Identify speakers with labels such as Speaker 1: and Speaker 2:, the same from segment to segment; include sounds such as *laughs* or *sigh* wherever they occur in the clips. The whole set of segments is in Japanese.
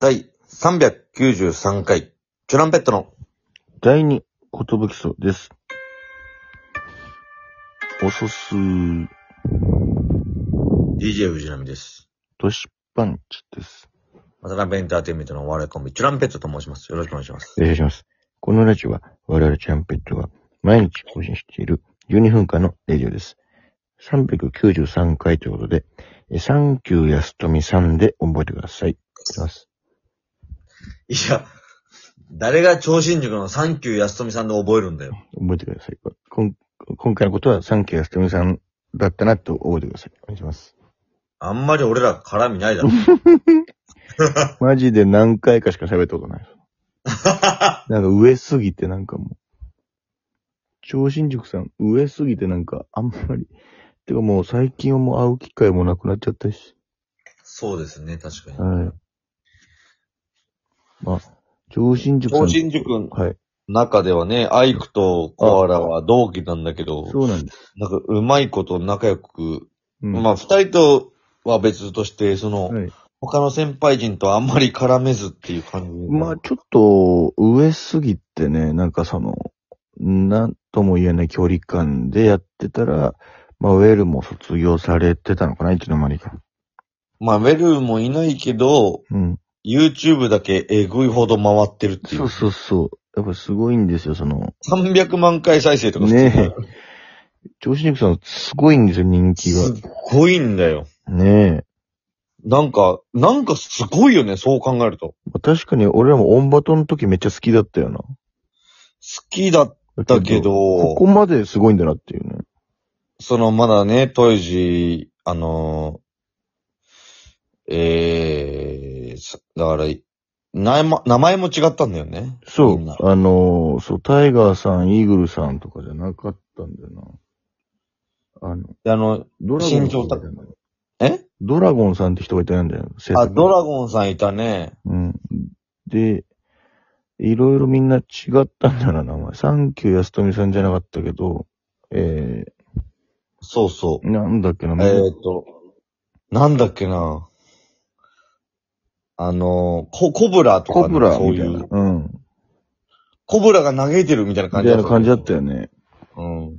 Speaker 1: 第393回、チュランペットの、
Speaker 2: 第二、ことぶきそうです。おそす、
Speaker 1: DJ 藤波です。
Speaker 2: としパンチです。
Speaker 1: 渡辺エンターテインメントのお笑いコンビ、チュランペットと申します。よろしくお願いします。
Speaker 2: お願いします。このラジオは、我々チャンペットが毎日更新している12分間のレジオです。393回ということで、えサンキューやすとみさんで覚えてください。いきます。
Speaker 1: いや、誰が超新塾のサンキュー安富さんで覚えるんだよ。
Speaker 2: 覚えてください。こん今回のことはサンキューやすとみさんだったなと覚えてください。お願いします。
Speaker 1: あんまり俺ら絡みない *laughs* だろ。
Speaker 2: マジで何回かしか喋ったことない。 *laughs* なんか上すぎてなんかもう、超新塾さん上すぎてなんかあんまり、てかもう最近はもう会う機会もなくなっちゃったし。
Speaker 1: そうですね、確かに。
Speaker 2: はい。まあ、超新塾さん。
Speaker 1: 塾の
Speaker 2: はい。
Speaker 1: 中ではね、アイクとコアラは同期なんだけど、
Speaker 2: そうなんです。
Speaker 1: なんかうまいこと仲良く、
Speaker 2: うん
Speaker 1: まあ二人とは別として、その、
Speaker 2: はい
Speaker 1: 他の先輩陣とあんまり絡めずっていう感じ。
Speaker 2: まあちょっと上すぎてね、なんかその、なんとも言えない距離感でやってたら、まあウェルも卒業されてたのかな、いつの間にか。
Speaker 1: まあ、ウェルもいないけど、
Speaker 2: うん。
Speaker 1: YouTube だけえぐいほど回ってるってい。
Speaker 2: そううそうそう。やっぱすごいんですよ、その、
Speaker 1: 300万回再生とか普通に
Speaker 2: ねえ。調子肉さん、すごいんですよ、人気
Speaker 1: す
Speaker 2: が。
Speaker 1: っごいんだよ。
Speaker 2: ねえ。
Speaker 1: なんか、なんかすごいよね、そう考えると。
Speaker 2: まあ確かに俺らもオンバトの時めっちゃ好きだったよな。
Speaker 1: 好きだったけど、
Speaker 2: ここまですごいんだなっていうね。
Speaker 1: そのまだね、当時、あのー、ええだから、名前も、名前も違ったんだよね。
Speaker 2: そ
Speaker 1: みんな
Speaker 2: う、あのーそう、タイガーさん、イーグルさんとかじゃなかったんだよな。あの、
Speaker 1: であの、
Speaker 2: ドラゴンさん
Speaker 1: 身長高え
Speaker 2: ドラゴンさんって人がいたんだよ。制作
Speaker 1: あ、ドラゴンさんいたね。
Speaker 2: うん。で、いろいろみんな違ったんだな、名前。サンキュー安富さんじゃなかったけど、え
Speaker 1: そうそう。
Speaker 2: ー、なんだっけな、
Speaker 1: えー、っと、なんだっけな。あの、ココブラとかね、
Speaker 2: コブラ
Speaker 1: そう
Speaker 2: み
Speaker 1: い
Speaker 2: たいな
Speaker 1: う。。
Speaker 2: うん。
Speaker 1: コブラが嘆いてるみたいな
Speaker 2: みた
Speaker 1: 感
Speaker 2: い
Speaker 1: じ
Speaker 2: な感じだ
Speaker 1: だっ
Speaker 2: っ
Speaker 1: たたよ。
Speaker 2: よね。
Speaker 1: うん。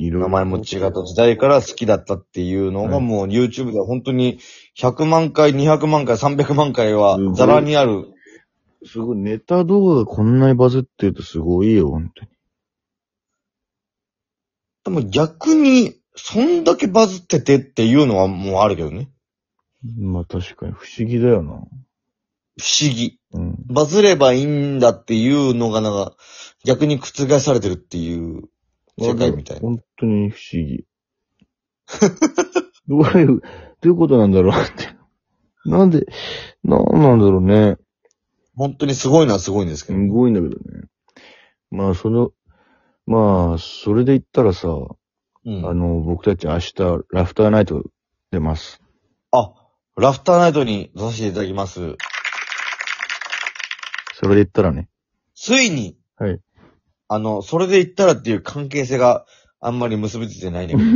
Speaker 2: いろい
Speaker 1: 名
Speaker 2: ろ
Speaker 1: 前も違った時代から好きだったっていうのが
Speaker 2: うん
Speaker 1: もう YouTube では本当に100万回、200万回、300万回は
Speaker 2: すごい
Speaker 1: ザラにある。
Speaker 2: すごい、ネタ動画がこんなにバズってるとすごいよ、本当に。
Speaker 1: でも逆に、そんだけバズっててっていうのはもうあるけどね。
Speaker 2: まあ確かに不思議だよな。
Speaker 1: 不思議。
Speaker 2: うん。
Speaker 1: バズればいいんだっていうのがなんか逆に覆されてるっていう世界みたいな。
Speaker 2: 本当に不思議。 *laughs* どういう、どういうことなんだろうって。なんで、なんなんだろうね。
Speaker 1: 本当にすごいのはすごいんですけ
Speaker 2: す
Speaker 1: ど。
Speaker 2: ごいんだけどね。まあ、その、まあ、それで言ったらさ、
Speaker 1: うん
Speaker 2: あの、僕たち明日、ラフターナイト出ます。
Speaker 1: あ、ラフターナイトに出させていただきます。
Speaker 2: それで言ったらね。 *laughs*
Speaker 1: ついに、
Speaker 2: はい。
Speaker 1: あの、それで言ったらっていう関係性があんまり結びついてないんだけど、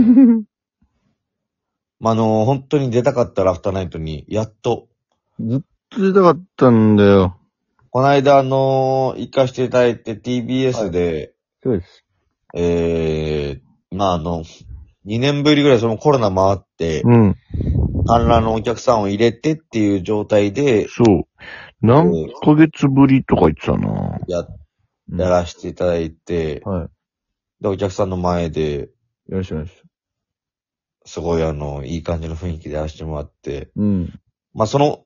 Speaker 1: まあ、あの、本当に出たかったラフターナイトに、やっと、
Speaker 2: ずっと出たかったんだよ。
Speaker 1: この間、あの、行かせていただいて TBS で、
Speaker 2: そうです。
Speaker 1: えー、まあ、あの、2年ぶりぐらいそのコロナ回って、
Speaker 2: うん。
Speaker 1: 観覧のお客さんを入れてっていう状態で、
Speaker 2: そう。何ヶ月ぶりとか言ってたな。
Speaker 1: や、やらせていただいて、
Speaker 2: は
Speaker 1: で、お客さんの前で、
Speaker 2: い。よろしくお願いします。
Speaker 1: すごいあの、いい感じの雰囲気でやらせてもらって、
Speaker 2: うん。
Speaker 1: まあ、その、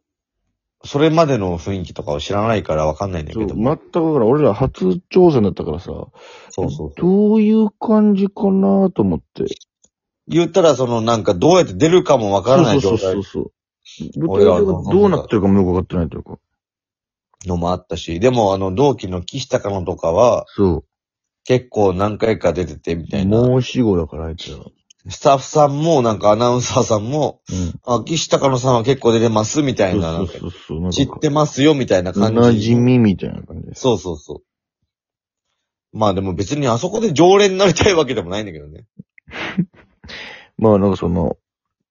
Speaker 1: それまでの雰囲気とかを知らないからわかんないんだ
Speaker 2: そ
Speaker 1: け
Speaker 2: う、
Speaker 1: ど
Speaker 2: 全
Speaker 1: も。
Speaker 2: くだから俺ら初挑戦だったからさ、
Speaker 1: そうそうそう。
Speaker 2: どういう感じかなと思って。
Speaker 1: 言ったら、その、なんか、どうやって出るかもわからない
Speaker 2: そ
Speaker 1: 状
Speaker 2: うそうそ
Speaker 1: 態
Speaker 2: うそう。
Speaker 1: 俺
Speaker 2: 舞
Speaker 1: ら
Speaker 2: 台
Speaker 1: の
Speaker 2: 上がどうなってるかもよくわかってないというか。
Speaker 1: のもあったし、でも、あの、同期の岸高野とかは、
Speaker 2: そ。
Speaker 1: 結構何回か出てて、みたいうな。
Speaker 2: もう死後だから、あいつら。う
Speaker 1: スタッフさんも、なんか、アナウンサーさんも、
Speaker 2: ん。
Speaker 1: あ、岸高野さんは結構出てます、みたいな、な
Speaker 2: そ
Speaker 1: ん
Speaker 2: う
Speaker 1: か
Speaker 2: そうそう。なんか
Speaker 1: 知ってますよ、みたいな
Speaker 2: お
Speaker 1: 感じ。
Speaker 2: なじみみたいな感じです。
Speaker 1: そうそうそう。まあでも別にあそこで常連になりたいわけでもないんだけどね。
Speaker 2: まあなんかその、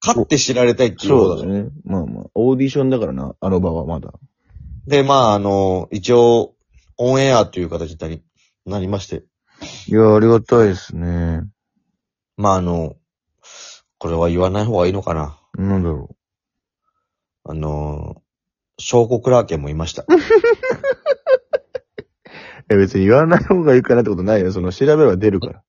Speaker 1: 勝って知られたいっていうこ
Speaker 2: そ
Speaker 1: とだ
Speaker 2: うだ
Speaker 1: ね。
Speaker 2: ね。まあまあ、オーディションだからな、あの場はまだ。
Speaker 1: で、まあ、あの、一応、オンエアという形になりまして。
Speaker 2: いや、ありがたいですね。
Speaker 1: まあ、あの、これは言わない方がいいのかな。
Speaker 2: なんだろ
Speaker 1: あの、証拠クラーケンもいました。
Speaker 2: う。え、別に言わない方がいいかなってことないよ。その、調べれば出るから。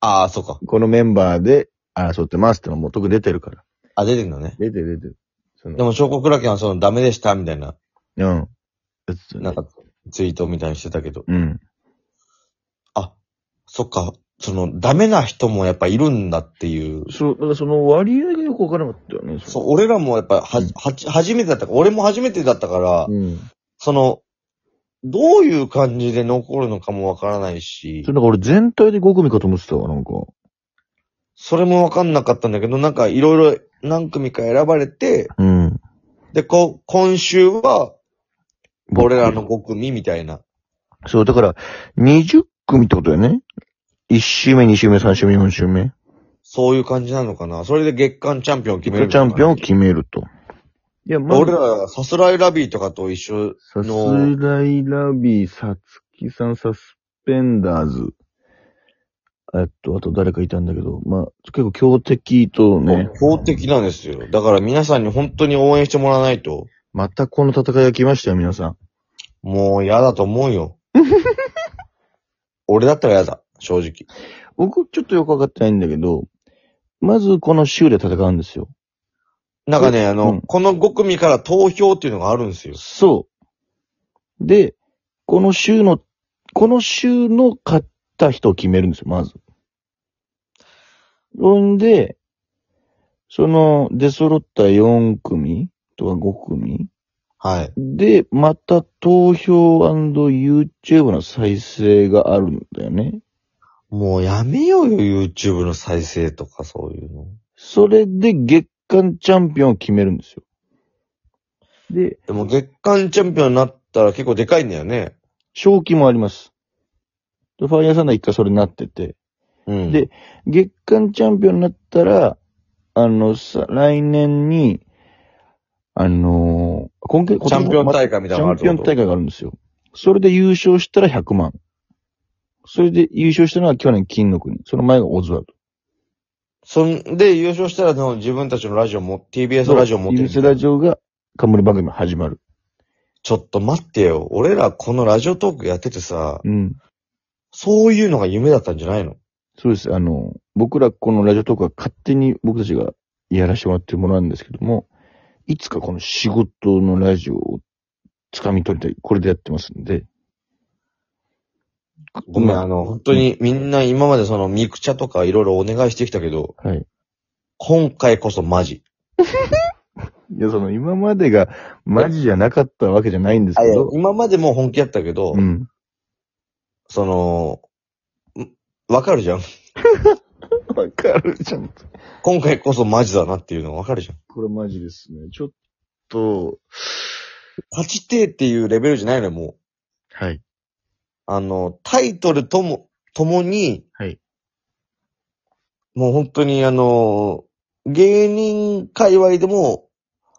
Speaker 1: ああ、そうか。
Speaker 2: このメンバーで争ってますってのはもう特に出てるから。
Speaker 1: あ、出てるのね。
Speaker 2: 出てる出てる。その
Speaker 1: でも、証拠クラーケンはその、ダメでした、みたいな、
Speaker 2: うん。別に
Speaker 1: なんか、ツイートみたいにしてたけど。
Speaker 2: うん。
Speaker 1: あ、そっか、その、ダメな人もやっぱいるんだっていう。
Speaker 2: そう、だからその割合がよくわからなかったよね。。
Speaker 1: そうう、俺らもやっぱ、は
Speaker 2: うん、
Speaker 1: はち、初めてだったから、俺も初めてだったから、
Speaker 2: うん。
Speaker 1: その、どういう感じで残るのかもわからないし
Speaker 2: それ、なんか俺全体で5組かと思ってたわ、なんか。
Speaker 1: それもわかんなかったんだけど、なんかいろいろ何組か選ばれて、
Speaker 2: うん。
Speaker 1: で、こ、今週は、俺らの5組みたいな。
Speaker 2: そう、だから、20組ってことだよね。1周目、2周目、3周目、4周目。
Speaker 1: そういう感じなのかな。それで月間チャンピオンを決
Speaker 2: チ
Speaker 1: めるの
Speaker 2: ャ
Speaker 1: かな。
Speaker 2: ンピオンを決めると。いや、ま
Speaker 1: 俺ら、さすらいラビーとかと一緒
Speaker 2: さすらいラビー、さつきさん、サスペンダーズ。えっと、あと誰かいたんだけど、まあ、結構強敵とね。
Speaker 1: 法的なんですよ。だから皆さんに本当に応援してもらわないと、
Speaker 2: またこの戦いが来ましたよ、皆さん。
Speaker 1: もう嫌だと思う
Speaker 2: *laughs*
Speaker 1: よ。俺だったら嫌だ、正直。
Speaker 2: 僕、ちょっとよくわかってないんだけど、まずこの州で戦うんですよ。
Speaker 1: なんかね、あの、
Speaker 2: うん
Speaker 1: この5組から投票っていうのがあるんですよ。
Speaker 2: そう。で、この州の、この州の勝った人を決めるんですよ、まず。ほんで、その、出揃った4組とか5組
Speaker 1: はい。
Speaker 2: で、また投票 &YouTube の再生があるんだよね。
Speaker 1: もうやめようよ、YouTube の再生とかそういうの。
Speaker 2: それで月間チャンピオンを決めるんですよ。で、
Speaker 1: でも月間チャンピオンになったら結構でかいんだよね。
Speaker 2: 賞金もあります。でファイヤーサンダー一回それなってて。
Speaker 1: うん。
Speaker 2: で月間チャンピオンになったら、あの、さ、来年に、あのー今月、
Speaker 1: チャンピオン
Speaker 2: 会
Speaker 1: 大会み
Speaker 2: チ
Speaker 1: たいなのがあ
Speaker 2: ャン
Speaker 1: る
Speaker 2: ピオン
Speaker 1: ってこと
Speaker 2: 大会があるんですよ。それで優勝したら100万。それで優勝したのは去年金の国。その前がオズワル
Speaker 1: そんで、優勝したらその自分たちのラジオも、TBS
Speaker 2: ド。
Speaker 1: ラジオ持ってる。
Speaker 2: TBS ラジオが冠番組始まる。
Speaker 1: ちょっと待ってよ。俺らこのラジオトークやっててさ、
Speaker 2: うん。
Speaker 1: そういうのが夢だったんじゃないの
Speaker 2: そうです。あの、僕らこのラジオトークは勝手に僕たちがやらせてもらってるものなんですけども、いつかこの仕事のラジオを掴み取りたい。これでやってますんで。
Speaker 1: ごめん、
Speaker 2: ま
Speaker 1: あの、本当にみんな今までそのミクチャとかいろいろお願いしてきたけど、
Speaker 2: はい。
Speaker 1: 今回こそマジ。
Speaker 2: いや、その今までがマジじゃなかったわけじゃないんですけど。
Speaker 1: 今までも本気やったけど、
Speaker 2: うん。
Speaker 1: その、んわかるじゃん。
Speaker 2: わかるじゃん。
Speaker 1: 今回こそマジだなっていうのわかるじゃん。
Speaker 2: これマジですね。ちょっと、
Speaker 1: 勝ちてえっていうレベルじゃないのよ、もう。
Speaker 2: はい。
Speaker 1: あの、タイトルとも、ともに、
Speaker 2: はい
Speaker 1: もう本当にあの、芸人界隈でも、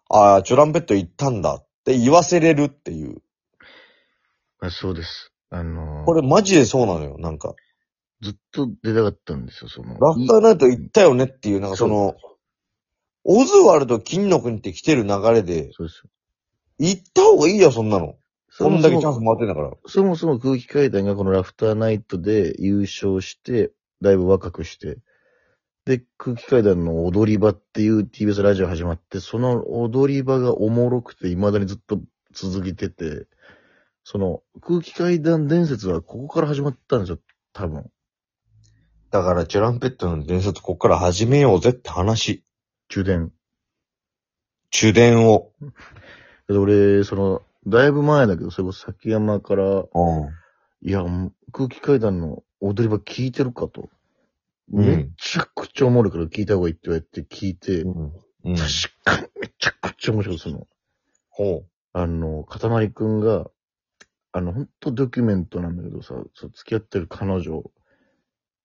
Speaker 1: ああ、チュランペット行ったんだって言わせれるっていう。
Speaker 2: まあ、そうです。あのー
Speaker 1: これマジでそうなのよ、なんか。
Speaker 2: ずっと出たかったんですよ、その
Speaker 1: ラフターナイト行ったよねっていう、なんかその、オズワルド金の国って来てる流れで、
Speaker 2: そうです。
Speaker 1: 行った方がいいよ、そんなの。こんだけチャンス回ってんだから。
Speaker 2: そもそも空気階段がこのラフターナイトで優勝して、だいぶ若くして、で、空気階段の踊り場っていう TBS ラジオ始まって、その踊り場がおもろくて、未だにずっと続けてて、その空気階段伝説はここから始まったんですよ、多分。
Speaker 1: だから、チュランペットの伝説こっから始めようぜって話。
Speaker 2: 中伝。
Speaker 1: 中伝を。
Speaker 2: で俺、その、だいぶ前だけど、それこそ崎山から、
Speaker 1: うん。
Speaker 2: いや、もう空気階段の踊り場聞いてるかと。
Speaker 1: うん
Speaker 2: めっちゃくちゃおもろいから聞いた方がいいって言われて聞いて、
Speaker 1: うん。
Speaker 2: 確かにめちゃくちゃ面白いその。
Speaker 1: ほ
Speaker 2: あの、かたまりくんが、あの、ほんとドキュメントなんだけどさ、そう付き合ってる彼女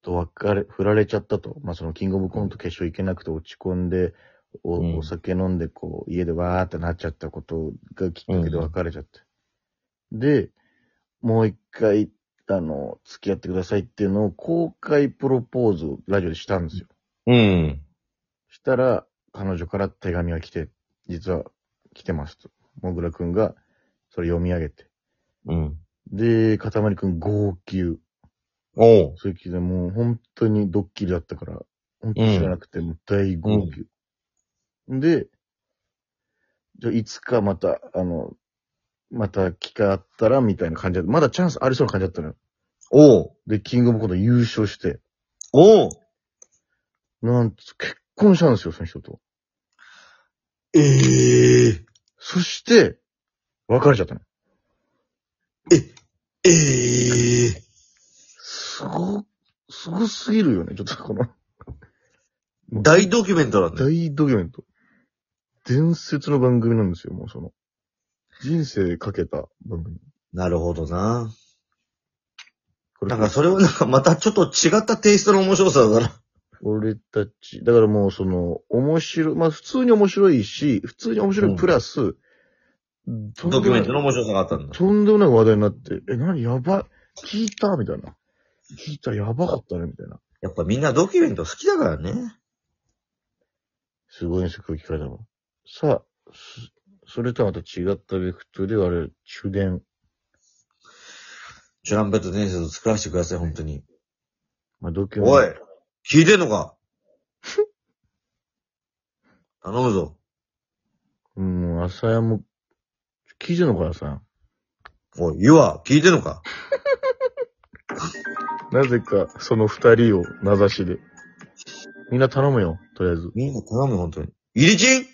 Speaker 2: と別れ、振られちゃったと。まあ、そのキングオブコント決勝行けなくて落ち込んで、お,、
Speaker 1: うん
Speaker 2: お酒飲んでこう、家でわーってなっちゃったことがきっかけで別れちゃって。で、もう一回、あの、付き合ってくださいっていうのを公開プロポーズをラジオでしたんですよ。
Speaker 1: うん。
Speaker 2: したら、彼女から手紙が来て、実は来てますと。もぐらくんが、それ読み上げて。
Speaker 1: うん。
Speaker 2: で、かたまりくん号泣。
Speaker 1: おう。
Speaker 2: そういう気でもう本当にドッキリだったから、本当に知らなくて、もう大号泣。で、じゃあいつかまた、あの、また機会あったらみたいな感じだった。まだチャンスありそうな感じだったのよ。
Speaker 1: おう。
Speaker 2: で、キングオブコント優勝して、
Speaker 1: おう。
Speaker 2: なんつ、結婚したんですよ、その人と。
Speaker 1: ええ
Speaker 2: そして、別れちゃったの。
Speaker 1: ええ
Speaker 2: すご、すごすぎるよね、ちょっとこの
Speaker 1: 大ドキュメントなんだね。
Speaker 2: 大ドキュメント。伝説の番組なんですよ、もうその。人生かけた番組。
Speaker 1: なるほどな。
Speaker 2: こ
Speaker 1: なんかそれはなんかまたちょっと違ったテイストの面白さだな。
Speaker 2: 俺たち、だからもうその、面白い、まあ普通に面白いし、普通に面白いプラス、とんでもない
Speaker 1: ドキュメントの面白さがあったんだ。
Speaker 2: とんでもない話題になって、え、なにやば、聞いたみたいな。聞いた、やばかったね、みたいな。
Speaker 1: やっぱみんなドキュメント好きだからね。
Speaker 2: すごいんですよ、空気階段は。さあ、そそれとはまた違ったベクトルで、あれ、終電。
Speaker 1: チュランペット伝説を作らせてください、本当に。
Speaker 2: まあ、ドキュメン
Speaker 1: おい、聞いてんのか頼むぞ。
Speaker 2: ト。うん、朝やも、聞いてんのかな、さん。
Speaker 1: おい、ユア、聞いてんのか
Speaker 2: なぜか、その二人を名指しで。みんな頼むよ、とりあえず。
Speaker 1: みんな頼むよ、本当に。イリチン